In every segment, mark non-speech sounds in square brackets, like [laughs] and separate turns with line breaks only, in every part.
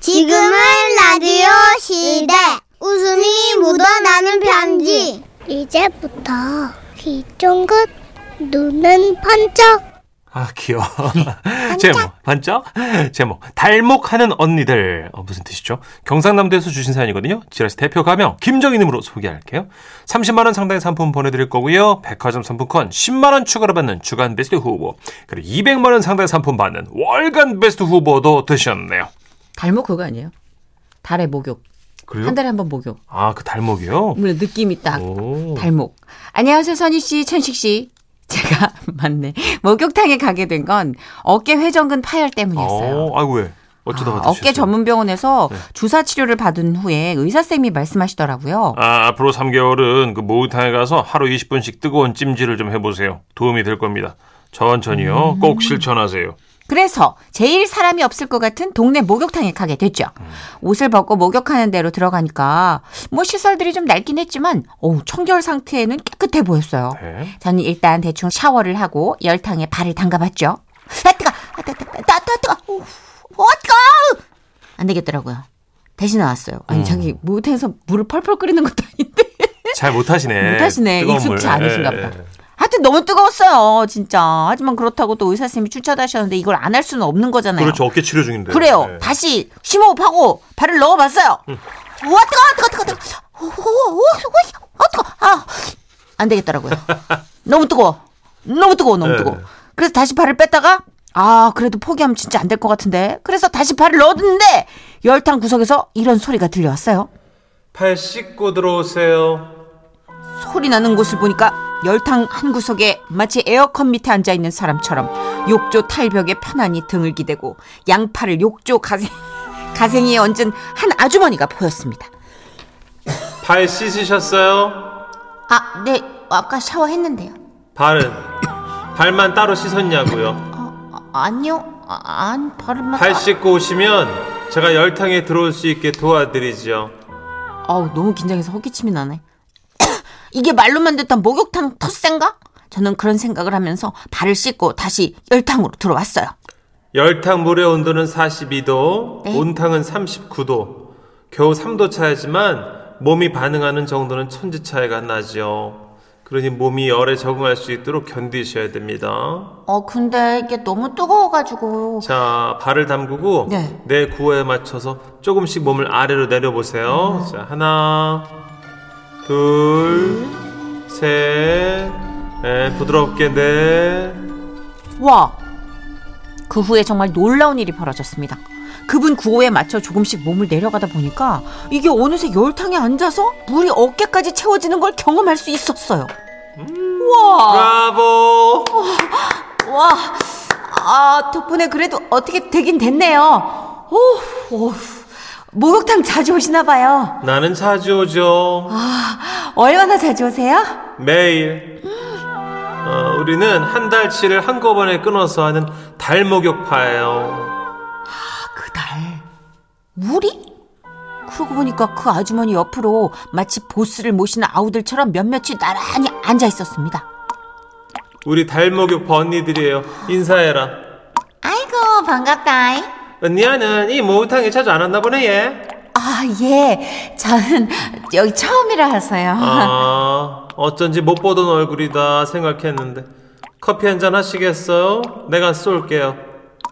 지금은 라디오 시대. 웃음이 묻어나는 편지. 이제부터 귀 쫑긋, 눈은 번쩍.
아 귀여워. 제목 반짝 제목 달목하는 언니들 어, 무슨 뜻이죠? 경상남도에서 주신 사연이거든요. 지라시 대표 가명 김정희님으로 소개할게요. 30만 원 상당의 상품 보내드릴 거고요. 백화점 상품권 10만 원 추가로 받는 주간 베스트 후보 그리고 200만 원 상당의 상품 받는 월간 베스트 후보도 되셨네요.
달목 그거 아니에요? 달의 목욕.
그래요? 어.
한 달에 한 번 목욕.
아그 달목이요?
물론 느낌이 딱
오.
달목. 안녕하세요, 선희 씨, 천식 씨. [laughs] 제가 맞네. 목욕탕에 가게 된 건 어깨 회전근 파열 때문이었어요.
어, 아이고 왜? 어쩌다
아,
받으셨어요?
어깨 전문 병원에서
네.
주사 치료를 받은 후에 의사 쌤이 말씀하시더라고요.
아, 앞으로 3개월은 그 목욕탕에 가서 하루 20분씩 뜨거운 찜질을 좀 해보세요. 도움이 될 겁니다. 천천히요.
음.
꼭 실천하세요.
그래서 제일 사람이 없을 것 같은 동네 목욕탕에 가게 됐죠.
음.
옷을 벗고 목욕하는 대로 들어가니까 뭐 시설들이 좀 낡긴 했지만 어우, 청결 상태에는 깨끗해 보였어요.
네.
저는 일단 대충 샤워를 하고 열탕에 발을 담가봤죠. 아 뜨거, 아 뜨거, 뜨거, 뜨거, 뜨거, 뜨거, 어 뜨거. 안 되겠더라고요. 대신 나왔어요. 아니
음.
자기 무태에서 물을 펄펄 끓이는 것도 아닌데.
잘 못하시네.
못하시네.
예, 뜨거운
익숙지
물.
않으신가
예,
보다. 네. 하여튼 너무 뜨거웠어요, 진짜. 하지만 그렇다고 또 의사쌤이 추천하셨는데 이걸 안 할 수는 없는
예.
거잖아요.
그렇죠. 어깨 치료 중인데.
그래요.
예.
다시 심호흡하고 발을 넣어봤어요. 우와 뜨거 뜨거 뜨거 뜨거. 오오오오아 뜨거. 아안 되겠더라고요. 너무 뜨거. 너무 뜨거워 너무
네.
뜨거. 워 그래서 다시 발을 뺐다가 아 그래도 포기하면 진짜 안 될 것 같은데. 그래서 다시 발을 넣었는데 열탕 구석에서 이런 소리가 들려왔어요.
팔 씻고 들어오세요.
소리 나는 곳을 보니까 열탕 한 구석에 마치 에어컨 밑에 앉아 있는 사람처럼 욕조 탈벽에 편안히 등을 기대고 양팔을 욕조 가생 [laughs] 가생이에 얹은 한 아주머니가 보였습니다.
팔 씻으셨어요?
아, 네. 아까 샤워했는데요.
발은 발만 따로 씻었냐고요.
아니요. 아, 안 발음만
씻고 오시면 제가 열탕에 들어올 수 있게 도와드리죠.
아우, 너무 긴장해서 허기침이 나네. [coughs] 이게 말로만 듣던 목욕탕 텃센가? 저는 그런 생각을 하면서 발을 씻고 다시 열탕으로 들어왔어요.
열탕 물의 온도는 42도,
네.
온탕은 39도. 겨우 3도 차이지만 몸이 반응하는 정도는 천지 차이가 나죠. 그러니 몸이 열에 적응할 수 있도록 견디셔야 됩니다.
어, 근데 이게 너무 뜨거워가지고
자, 발을 담그고
네.
내 구호에 맞춰서 조금씩 몸을 아래로 내려보세요.
음.
자, 하나, 둘, 셋, 네, 부드럽게 넷.
와! 그 후에 정말 놀라운 일이 벌어졌습니다. 그분 구호에 맞춰 조금씩 몸을 내려가다 보니까 이게 어느새 열탕에 앉아서 물이 어깨까지 채워지는 걸 경험할 수 있었어요. 와!
브라보!
와! 아, 덕분에 그래도 어떻게 되긴 됐네요. 오, 오. 목욕탕 자주 오시나 봐요.
나는 자주 오죠.
얼마나 자주 오세요? 아,
매일 어, 우리는 한 달치를 한꺼번에 끊어서 하는 달목욕파예요.
그달 우리? 그러고 보니까 그 아주머니 옆으로 마치 보스를 모시는 아우들처럼 몇몇이 나란히 앉아 있었습니다.
우리 달목욕파 언니들이에요. 인사해라.
아이고 반갑다.
언니야는 이 목욕탕에 자주 안 왔나 보네 얘.
아 예, 저는 여기 처음이라서요. [laughs]
아 어쩐지 못 보던 얼굴이다 생각했는데 커피 한 잔 하시겠어요? 내가 쏠게요.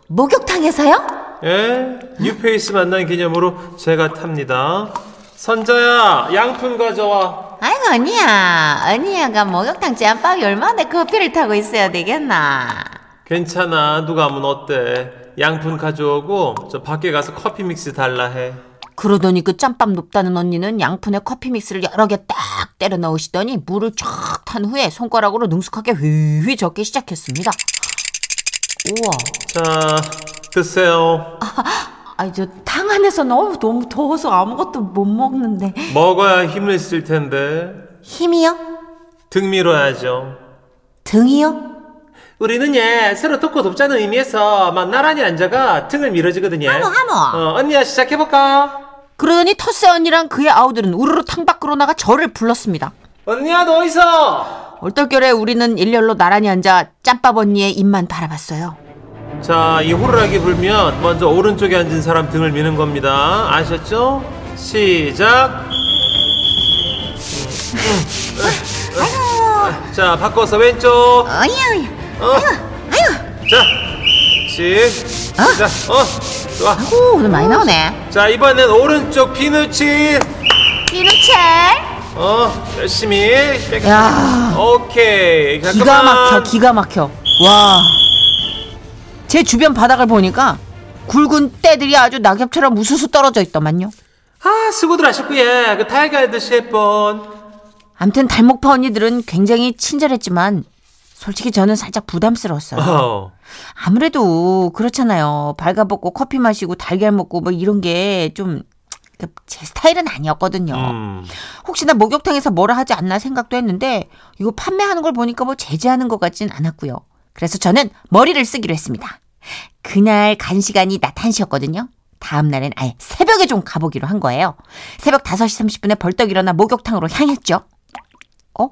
목욕탕에서요?
예, 뉴페이스 만난 기념으로 제가 탑니다. 선자야, 양푼 가져와.
아이고 언니야, 언니야가 목욕탕 짬밥이 얼마나 커피를 타고 있어야 되겠나.
괜찮아, 누가 하면 어때? 양푼 가져오고 저 밖에 가서 커피 믹스 달라 해.
그러더니 그 짬밥 높다는 언니는 양푼에 커피 믹스를 여러 개 딱 때려 넣으시더니 물을 쫙 탄 후에 손가락으로 능숙하게 휘휘 젓기 시작했습니다. 우와.
자, 드세요.
아니, 저 탕 안에서 너무, 너무 더워서 아무것도 못 먹는데.
먹어야 힘을 쓸 텐데
힘이요?
등 밀어야죠.
등이요?
우리는 예 서로 돕고 돕자는 의미에서 막 나란히 앉아가 등을 밀어주거든요.
하모, 하모.
어, 언니야 시작해 볼까?
그러더니 터세 언니랑 그의 아우들은 우르르 탕 밖으로 나가 저를 불렀습니다.
언니야 너 어디서?
얼떨결에 우리는 일렬로 나란히 앉아 짬밥 언니의 입만 바라봤어요.
자, 이 호루라기 불면 먼저 오른쪽에 앉은 사람 등을 미는 겁니다. 아셨죠? 시작.
아유,
자, 바꿔서 왼쪽.
아유,
어.
아유.
자, 시작. 어, 좋아.
오, 오늘 많이 나오네.
자, 이번엔 오른쪽 피누치.
이렇게
어, 열심히.
야,
오케이.
기가 막혀,
잠깐만.
기가 막혀. 와, 제 주변 바닥을 보니까 굵은 떼들이 아주 낙엽처럼 우수수 떨어져 있더만요.
아, 수고들 하셨구예. 그 탈가이드 셰번.
암튼 달목파 언니들은 굉장히 친절했지만 솔직히 저는 살짝 부담스러웠어요.
어.
아무래도 그렇잖아요. 발가벗고 커피 마시고 달걀 먹고 뭐 이런 게 좀 제 스타일은 아니었거든요.
음.
혹시나 목욕탕에서 뭐라 하지 않나 생각도 했는데 이거 판매하는 걸 보니까 뭐 제재하는 것 같진 않았고요. 그래서 저는 머리를 쓰기로 했습니다. 그날 간 시간이 낮 1시였거든요. 다음 날엔 아예 새벽에 좀 가보기로 한 거예요. 새벽 5시 30분에 벌떡 일어나 목욕탕으로 향했죠. 어?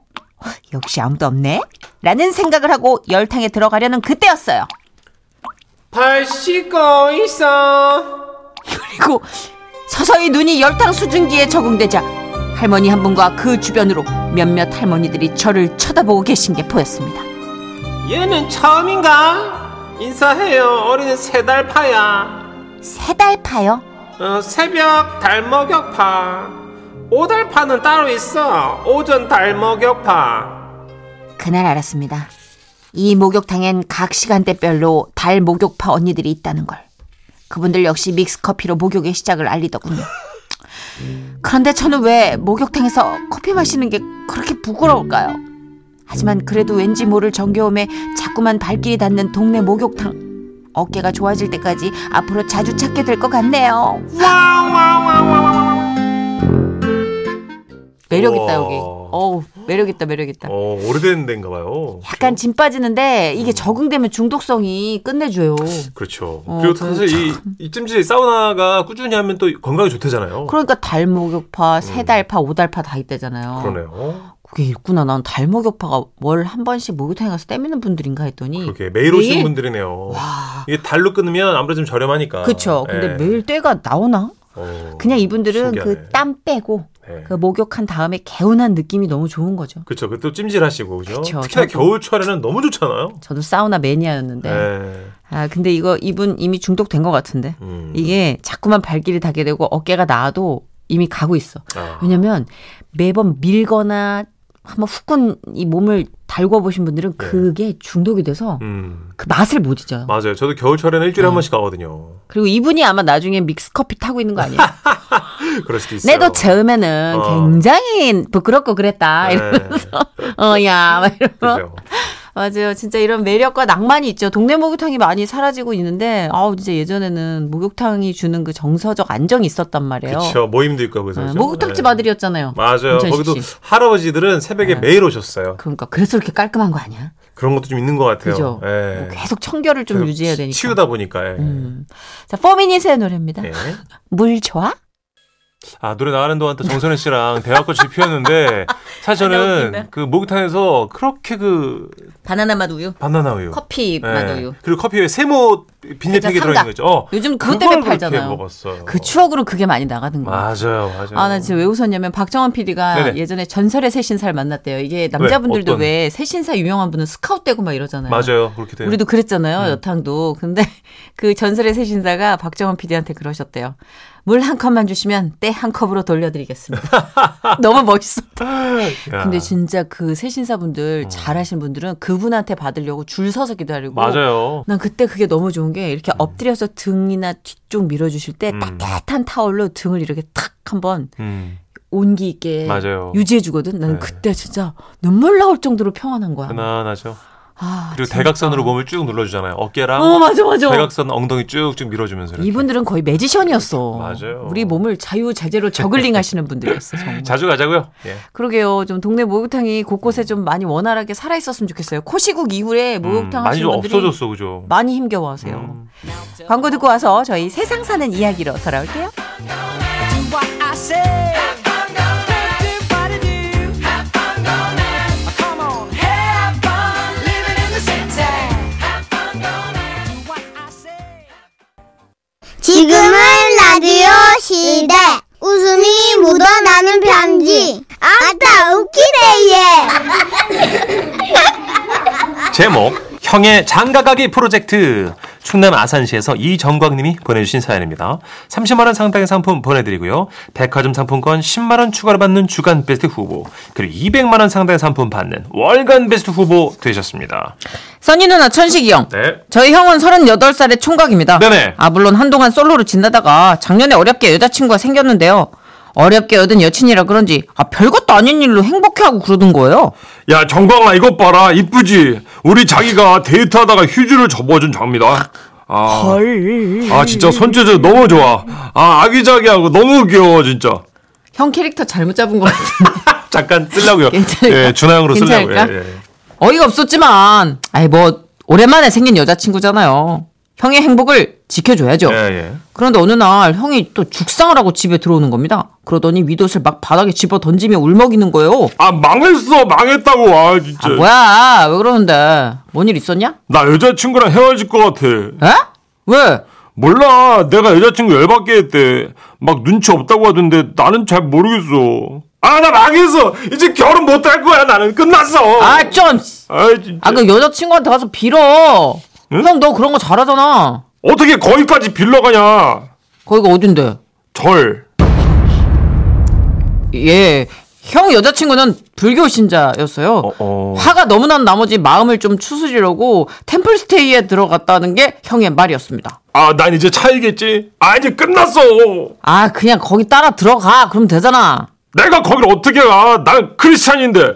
역시 아무도 없네? 라는 생각을 하고 열탕에 들어가려는 그때였어요.
발 씻고 있어.
그리고 서서히 눈이 열탕 수증기에 적응되자 할머니 한 분과 그 주변으로 몇몇 할머니들이 저를 쳐다보고 계신 게 보였습니다.
얘는 처음인가? 인사해요. 어린이 세달 파야.
세 달 파요?
어, 새벽 달먹역 파. 오달 파는 따로 있어. 오전 달먹역 파.
그날 알았습니다. 이 목욕탕엔 각 시간대별로 달 목욕파 언니들이 있다는 걸. 그분들 역시 믹스커피로 목욕의 시작을 알리더군요. 그런데 저는 왜 목욕탕에서 커피 마시는 게 그렇게 부끄러울까요? 하지만 그래도 왠지 모를 정겨움에 자꾸만 발길이 닿는 동네 목욕탕. 어깨가 좋아질 때까지 앞으로 자주 찾게 될 것 같네요. 매력있다 여기.
우와.
어우 매력있다 매력있다.
어, 오래된 데인가 봐요.
약간 짐 빠지는데 이게 적응되면 중독성이 끝내줘요.
그렇죠.
어,
그리고
그거
사실 이, 이쯤지 사우나가 꾸준히 하면 또 건강에 좋대잖아요.
그러니까 달목욕파, 세달파, 오달파 다 있대잖아요.
음. 그러네요.
게 있구나. 난 달목욕파가 월 한 번씩 목욕탕에 가서 때미는 분들인가 했더니
그렇게 매일 오시는
매일?
분들이네요.
와.
이게 달로 끊으면 아무래도 좀 저렴하니까.
그쵸. 근데
예.
매일 때가 나오나?
어,
그냥 이분들은
신기하네.
그 땀 빼고
네.
그 목욕한 다음에 개운한 느낌이 너무 좋은 거죠.
그렇죠. 그또 찜질하시고 그죠.
그쵸.
특히나
저도-
겨울철에는 너무 좋잖아요.
저도 사우나 매니아였는데
네.
아 근데 이거 이분 이미 중독된 것 같은데
음.
이게 자꾸만 발길이 닿게 되고 어깨가 나아도 이미 가고 있어.
아.
왜냐면 매번 밀거나 한번 후끈 이 몸을 달궈 보신 분들은 그게 중독이 돼서
네. 음.
그 맛을 못 잊어요.
맞아요. 저도 겨울철에는 일주일에
네.
한 번씩 가거든요.
그리고 이분이 아마 나중에 믹스 커피 타고 있는
[laughs]
거 아니에요?
그럴 수도 있어요.
내도 처음에는
어. 네.
굉장히 부끄럽고 그랬다. 이러- 어, 야, 막 이러고.
그죠.
맞아요. 진짜 이런 매력과 낭만이 있죠. 동네 목욕탕이 많이 사라지고 있는데, 아우, 진짜 예전에는 목욕탕이 주는 그 정서적 안정이 있었단 말이에요.
그렇죠. 모임도 있고 그래서.
네,
그죠?
목욕탕집
네.
아들이었잖아요. 네.
맞아요.
문천식
거기도
씨.
할아버지들은 새벽에 매일 오셨어요.
그러니까 그래서 이렇게 깔끔한 거 아니야?
그런 것도 좀 있는 것 같아요.
그죠?
예.
뭐 계속 청결을 좀
계속
유지해야 되니까.
치우다 보니까. 예.
음. 자, 포미닛의 노래입니다.
예.
물 좋아?
아 노래 나가는 동안 또 정선혜 씨랑 대화꽃이 피었는데 사실 저는 그 목욕탕에서 그렇게 그
바나나 맛 우유,
바나나 우유,
커피
예.
맛 우유.
그리고 커피에 세모 빈대팩이
그죠,
들어있는
삼각.
거죠. 어,
요즘 그것
그걸
때문에
그렇게
팔잖아요.
먹었어요.
그 추억으로 그게 많이 나가는 거야.
맞아요, 맞아요.
아, 나 진짜 왜 웃었냐면 박정원 PD가
네네. 네,
예전에 전설의 새신사를 만났대요. 이게 남자분들도
어떤?
왜 새신사 유명한 분은 스카웃되고 막 이러잖아요.
맞아요, 네. 음. 그렇게 돼요.
우리도 그랬잖아요. 여탕도. 근데 [laughs] 그 전설의 새신사가 박정원 PD한테 그러셨대요. 물 한 컵만 주시면 때 한 컵으로 돌려드리겠습니다.
[laughs]
너무 멋있어.
야,
근데 진짜 그 새신사분들 잘하신 분들은 그분한테 받으려고 줄 서서 기다리고
어. 맞아요.
난 그때 그게 너무 좋은 게 이렇게 엎드려서 등이나 뒤쪽 밀어주실 때
음.
따뜻한 타월로 등을 이렇게 탁 한번
음,
온기 있게
맞아요.
예, 유지해주거든. 난
네.
그때 진짜 눈물 나올 정도로 평안한 거야.
편안하죠.
아,
그리고
진짜.
대각선으로 몸을 쭉 눌러주잖아요. 어깨랑
어 맞아 맞아.
대각선 엉덩이 쭉쭉 밀어주면서 이렇게.
이분들은 거의 매지션이었어.
맞아요.
우리 몸을 자유자재로 저글링 하시는 분들이었어. 정말.
자주 가자고요. 예.
그러게요. 좀 동네 목욕탕이 곳곳에 좀 많이 원활하게 살아 있었으면 좋겠어요. 코시국 이후에
음,
목욕탕
많이
하시는
좀
분들이
없어졌어, 그죠?
많이 힘겨워하세요.
음.
광고 듣고 와서 저희 세상 사는 이야기로 돌아올게요.
시대 웃음이 묻어나는 편지 아따 웃기네 얘
제목 형의 장가가기 프로젝트 충남 아산시에서 이정광님이 보내주신 사연입니다. 30만 원 상당의 상품 보내드리고요. 백화점 상품권 10만 원 추가로 받는 주간 베스트 후보 그리고 200만 원 상당의 상품 받는 월간 베스트 후보 되셨습니다.
선희 누나 천식이 형.
네.
저희 형은 38살의 총각입니다.
네네.
아, 물론 한동안 솔로로 지내다가 작년에 어렵게 여자친구가 생겼는데요. 어렵게 얻은 여친이라 그런지 아 별것도 아닌 일로 행복해하고 그러던 거예요.
야 정광아 이것 봐라 이쁘지 우리 자기가 데이트하다가 휴지를 접어준 장미다 아, 아 진짜 손재주 너무 좋아 아 아기자기하고 너무 귀여워 진짜
형 캐릭터 잘못 잡은 것 같은데. [laughs]
잠깐 쓰려고요.
괜찮을까?
예, 준하형으로 쓰려고요.
괜찮을까?
예, 예.
어이가 없었지만 아이 뭐 오랜만에 생긴 여자친구잖아요. 형의 행복을 지켜줘야죠.
예, 예.
그런데 어느 날 형이 또 죽상을 하고 집에 들어오는 겁니다. 그러더니 윗옷을 막 바닥에 집어 던지며 울먹이는 거예요.
아 망했어 망했다고 아 진짜
아, 뭐야 왜 그러는데 뭔 일 있었냐?
나 여자친구랑 헤어질 것 같아
에? 왜?
몰라 내가 여자친구 열받게 했대 막 눈치 없다고 하던데 나는 잘 모르겠어 아 나 망했어 이제 결혼 못 할 거야 나는 끝났어
아 좀!
아이, 진짜
아 그 여자친구한테 가서 빌어.
응?
형 너 그런 거 잘하잖아.
어떻게 거기까지 빌러가냐
거기가 어딘데?
절
예. 형 여자친구는 불교 신자였어요.
어.
화가 너무 난 나머지 마음을 좀 추스리려고 템플스테이에 들어갔다는 게 형의 말이었습니다.
아, 난 이제 차이겠지? 아, 이제 끝났어!
아, 그냥 거기 따라 들어가. 그럼 되잖아.
내가 거길 어떻게 가? 난 크리스찬인데!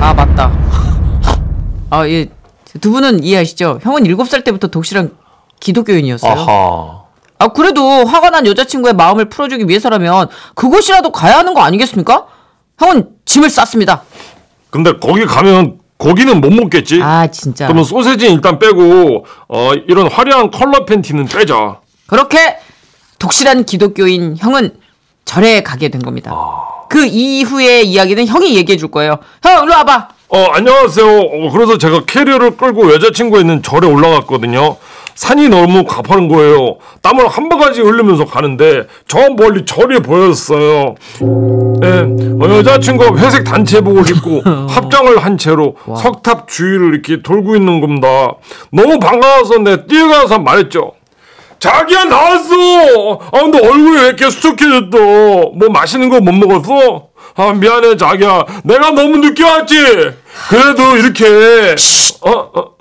아, 맞다. 아, 예. 두 분은 이해하시죠? 형은 7살 때부터 독실한 기독교인이었어요.
아하.
아, 그래도 화가 난 여자친구의 마음을 풀어주기 위해서라면 그곳이라도 가야 하는 거 아니겠습니까? 형은 짐을 쌌습니다.
근데 거기 가면 고기는 못 먹겠지?
아, 진짜.
예. 그러면 뭐 소세지는 일단 빼고, 어, 이런 화려한 컬러 팬티는 빼자. 어,
그렇게 독실한 기독교인 형은 절에 가게 된 겁니다.
아.
그 이후의 이야기는 형이 얘기해 줄 거예요. 형, 일로 와봐.
어, 안녕하세요. 어, 그래서 제가 캐리어를 끌고 여자친구 있는 절에 올라갔거든요. 산이 너무 가파른 거예요. 땀을 한 바가지 흘리면서 가는데 저 멀리 절이 보였어요. 예, 어, 여자친구가 회색 단체복을 입고 합장을 한 채로 석탑 주위를 이렇게 돌고 있는 겁니다. 너무 반가워서 내 뛰어가서 말했죠. 자기야 나왔어. 아 근데 얼굴이 왜 이렇게 수척해졌어? 뭐 맛있는 거 못 먹었어? 아 미안해 자기야. 내가 너무 늦게 왔지. 그래도 이렇게. 어, 어.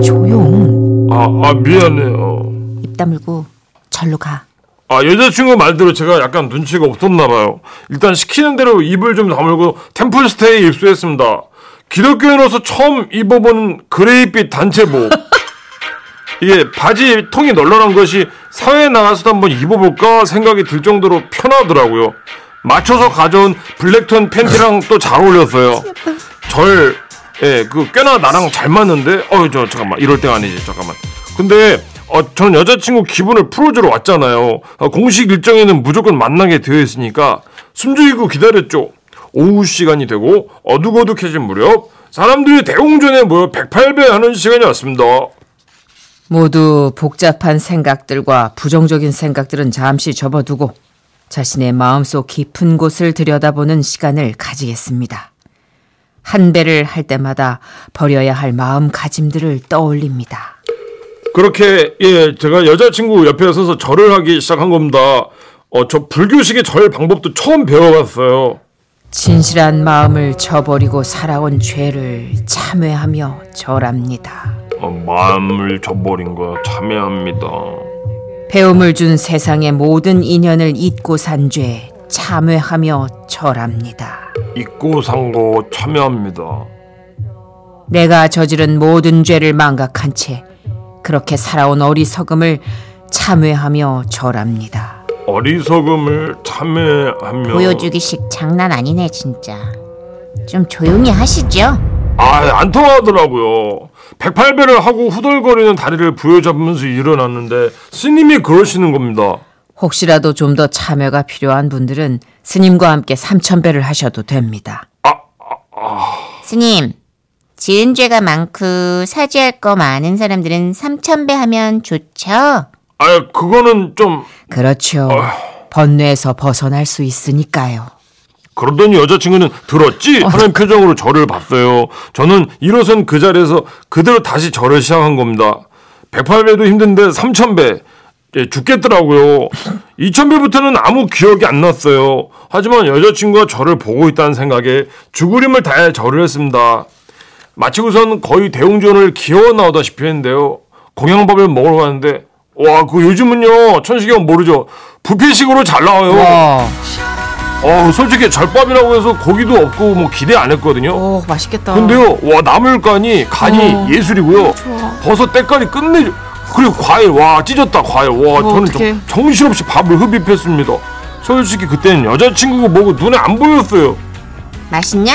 조용.
아, 아 미안해요.
입 다물고 절로 가.
아 여자친구 말대로 제가 약간 눈치가 없었나 봐요. 일단 시키는 대로 입을 좀 다물고 템플스테이 입수했습니다. 기독교인으로서 처음 입어보는 그레이빛 단체복. 이게 바지 통이 널널한 것이 사회에 나가서도 한번 입어볼까 생각이 들 정도로 편하더라고요. 맞춰서 가져온 블랙톤 팬티랑 또 잘 어울렸어요. 절, 예, 그 꽤나 나랑 잘 맞는데, 어, 저 잠깐만 이럴 때가 아니지, 잠깐만. 근데 어, 전 여자친구 기분을 풀어주러 왔잖아요. 어, 공식 일정에는 무조건 만나게 되어 있으니까 숨죽이고 기다렸죠. 오후 시간이 되고 어둑어둑해진 무렵 사람들이 대웅전에 모여 108배 하는 시간이 왔습니다.
모두 복잡한 생각들과 부정적인 생각들은 잠시 접어두고 자신의 마음속 깊은 곳을 들여다보는 시간을 가지겠습니다. 한 배를 할 때마다 버려야 할 마음가짐들을 떠올립니다.
그렇게 예 제가 여자친구 옆에 서서 절을 하기 시작한 겁니다. 어 저 불교식의 절 방법도 처음 배워봤어요.
진실한 마음을 저버리고 살아온 죄를 참회하며 절합니다.
어, 마음을 저버린 거 참여합니다.
배움을 준 세상의 모든 인연을 잊고 산 죄 참회하며 절합니다.
잊고 산 거 참여합니다.
내가 저지른 모든 죄를 망각한 채 그렇게 살아온 어리석음을 참회하며 절합니다.
어리석음을 참여하며
보여주기식 장난 아니네 진짜. 좀 조용히 하시죠.
아안 통하더라고요. 108배를 하고 후덜거리는 다리를 부여잡으면서 일어났는데 스님이 그러시는 겁니다.
혹시라도 좀 더 참여가 필요한 분들은 스님과 함께 삼천배를 하셔도 됩니다.
아, 스님, 지은 죄가 많고 사죄할 거 많은 사람들은 삼천배 하면 좋죠.
아 그거는 좀
어.
그렇죠. 번뇌에서 벗어날 수 있으니까요.
그러더니 여자친구는 들었지? 하는 표정으로 저를 봤어요. 저는 일어선 그 자리에서 그대로 다시 절을 시작한 겁니다. 108배도 힘든데 3000배. 예, 죽겠더라고요. 2000배부터는 아무 기억이 안 났어요. 하지만 여자친구가 저를 보고 있다는 생각에 죽으림을 다해 절을 했습니다. 마치고선 거의 대웅전을 기어 나오다시피 했는데요. 공양밥을 먹으러 가는데 와, 그 요즘은요. 천식이 형 모르죠. 부피식으로 잘 나와요. 어, 솔직히 절밥이라고 해서 고기도 없고 뭐 기대 안 했거든요.
오, 맛있겠다.
근데요, 와 나물간이 간이
어.
예술이고요. 버섯 때깔이 끝내. 줘 그리고 과일 와 찢었다 과일 와 저는
어떡해.
정, 정신없이 밥을 흡입했습니다. 솔직히 그때는 여자친구가 뭐고 눈에 안 보였어요.
맛있냐?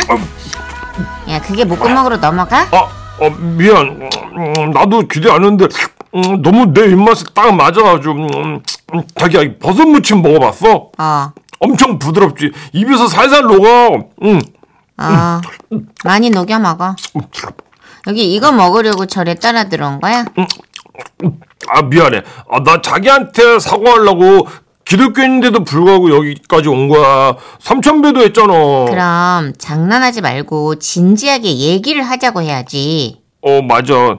야 그게 목구멍으로 넘어가?
아, 어, 미안. 음, 나도 기대 안 했는데 음, 너무 내 입맛에 딱 맞아가지고 음, 음, 자기야 이 버섯 무침 먹어봤어?
어.
엄청 부드럽지. 입에서 살살 녹아. 음.
어. 많이 녹여 먹어. 여기 이거 먹으려고 절에 따라 들어온 거야?
아 미안해. 아, 나 자기한테 사과하려고 기독교인데도 불구하고 여기까지 온 거야. 삼천배도 했잖아.
그럼 장난하지 말고 진지하게 얘기를 하자고 해야지.
어 맞아.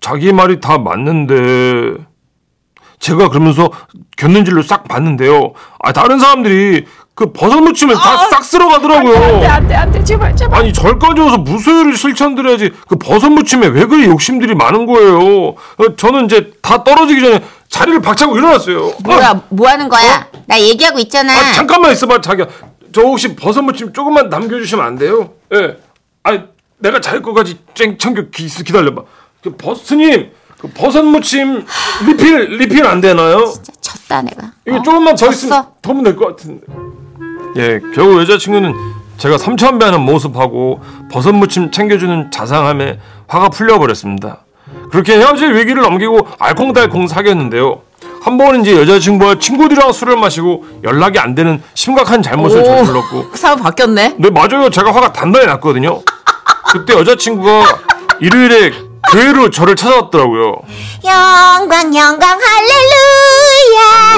자기 말이 다 맞는데 제가 그러면서 곁눈질로 싹 봤는데요. 아 다른 사람들이 그 버섯 무침에 다 싹 쓸어가더라고요. 아, 안돼 안돼 안돼 제발 제발. 아니 절까지 와서 무소유를 실천드려야지. 그 버섯 무침에 왜 그리 욕심들이 많은 거예요. 어, 저는 이제 다 떨어지기 전에 자리를 박차고 일어났어요. 아,
뭐야 뭐 하는 거야? 나 얘기하고 있잖아.
아, 잠깐만 있어봐 자기야 저 혹시 버섯 무침 조금만 남겨주시면 안 돼요? 예. 아 내가 자기 거까지 쨍 챙겨 기, 기다려봐 그 버스님 그 버섯 무침 리필 리필 안 되나요?
쳤다 내가.
이거
어,
조금만 더
졌어.
있으면 더면 될 것 같은데 예 겨우 여자친구는 제가 삼천배하는 모습하고 버섯 무침 챙겨주는 자상함에 화가 풀려버렸습니다 그렇게 헤어질 위기를 넘기고 알콩달콩 사귀었는데요 한 번은 이제 여자친구와 친구들이랑 술을 마시고 연락이 안 되는 심각한 잘못을
오.
저질렀고
사람 바뀌었네.
네 맞아요 제가 화가 단단히 났거든요 그때 여자친구가 일요일에 교회로 저를 찾아왔더라고요
영광 영광 할렐루야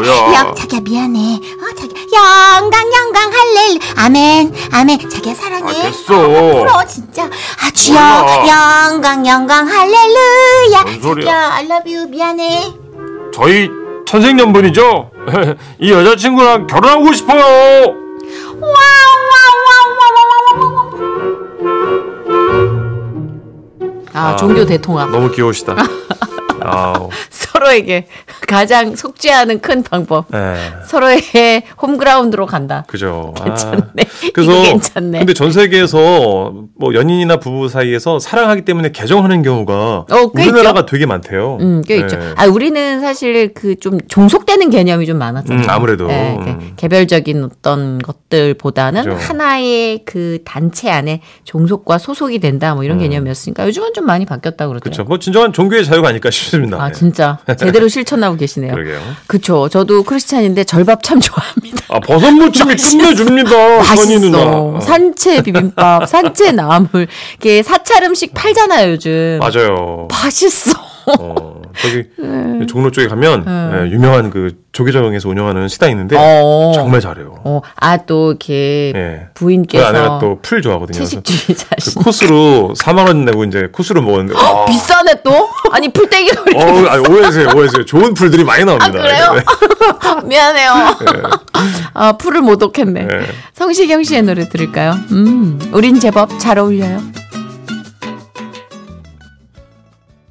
뭐야.
영, 자기야 미안해 어, 자기야 영광 영광 할렐루 아멘 아멘 자기야
아
사랑해
됐어
부러워 진짜 아 주여
몰라.
영광 영광 할렐루야
뭔 소리야.
자기야 I love you 미안해
저희 천생연분이죠? [laughs] 이 여자친구랑 결혼하고 싶어요!
아, 종교 대통합.
너무 귀여우시다. 아우.
서로에게 가장 속죄하는 큰 방법.
네.
서로의 홈그라운드로 간다.
그죠. 아,
괜찮네.
그래서
이거 괜찮네.
근데 전 세계에서 뭐 연인이나 부부 사이에서 사랑하기 때문에 개정하는 경우가
어, 꽤
우리나라가 되게 많대요.
음, 꽤 있죠.
네.
아, 우리는 사실 그 좀 종속되는 개념이 좀 많았잖아요.
음, 아무래도.
예, 이렇게
음.
개별적인 어떤 것들보다는
그죠.
하나의 그 단체 안에 종속과 소속이 된다 뭐 이런 개념이었으니까 요즘은 좀 많이 바뀌었다 그러더라고요.
음. 그렇죠. 뭐 진정한 종교의 자유가 아닐까 싶습니다.
아,
네.
진짜 제대로 실천하고 계시네요.
그러게요.
그쵸. 저도 크리스찬인데 절밥 참 좋아합니다.
아, 버섯 무침이
어,
끝내줍니다, 선희 누나.
맛있어. 산채
[laughs]
비빔밥, 산채 나물. 이게 사찰 음식 팔잖아요, 요즘.
맞아요.
맛있어.
어, 저기
네.
종로 쪽에 가면 예, 유명한 그 조계정에서 운영하는 식당 있는데
어.
정말 잘해요.
어, 아, 또 이렇게
예. 저희 아내가
부인께서
또 풀 좋아하거든요. 그래서
채식주의
그
자신.
코스로 4만 원 내고 이제 코스로 먹었는데
[gasps]
아, 와.
비싸네 또? 아니 풀떼기로
어, 아니, 오해하세요, 오해하세요. 좋은 풀들이 많이 나옵니다.
아, 그래요?
네.
[laughs] 미안해요. 아, 풀을 못 얻겠네.
네.
성시경 씨의 노래 들을까요? 음, 우린 제법 잘 어울려요.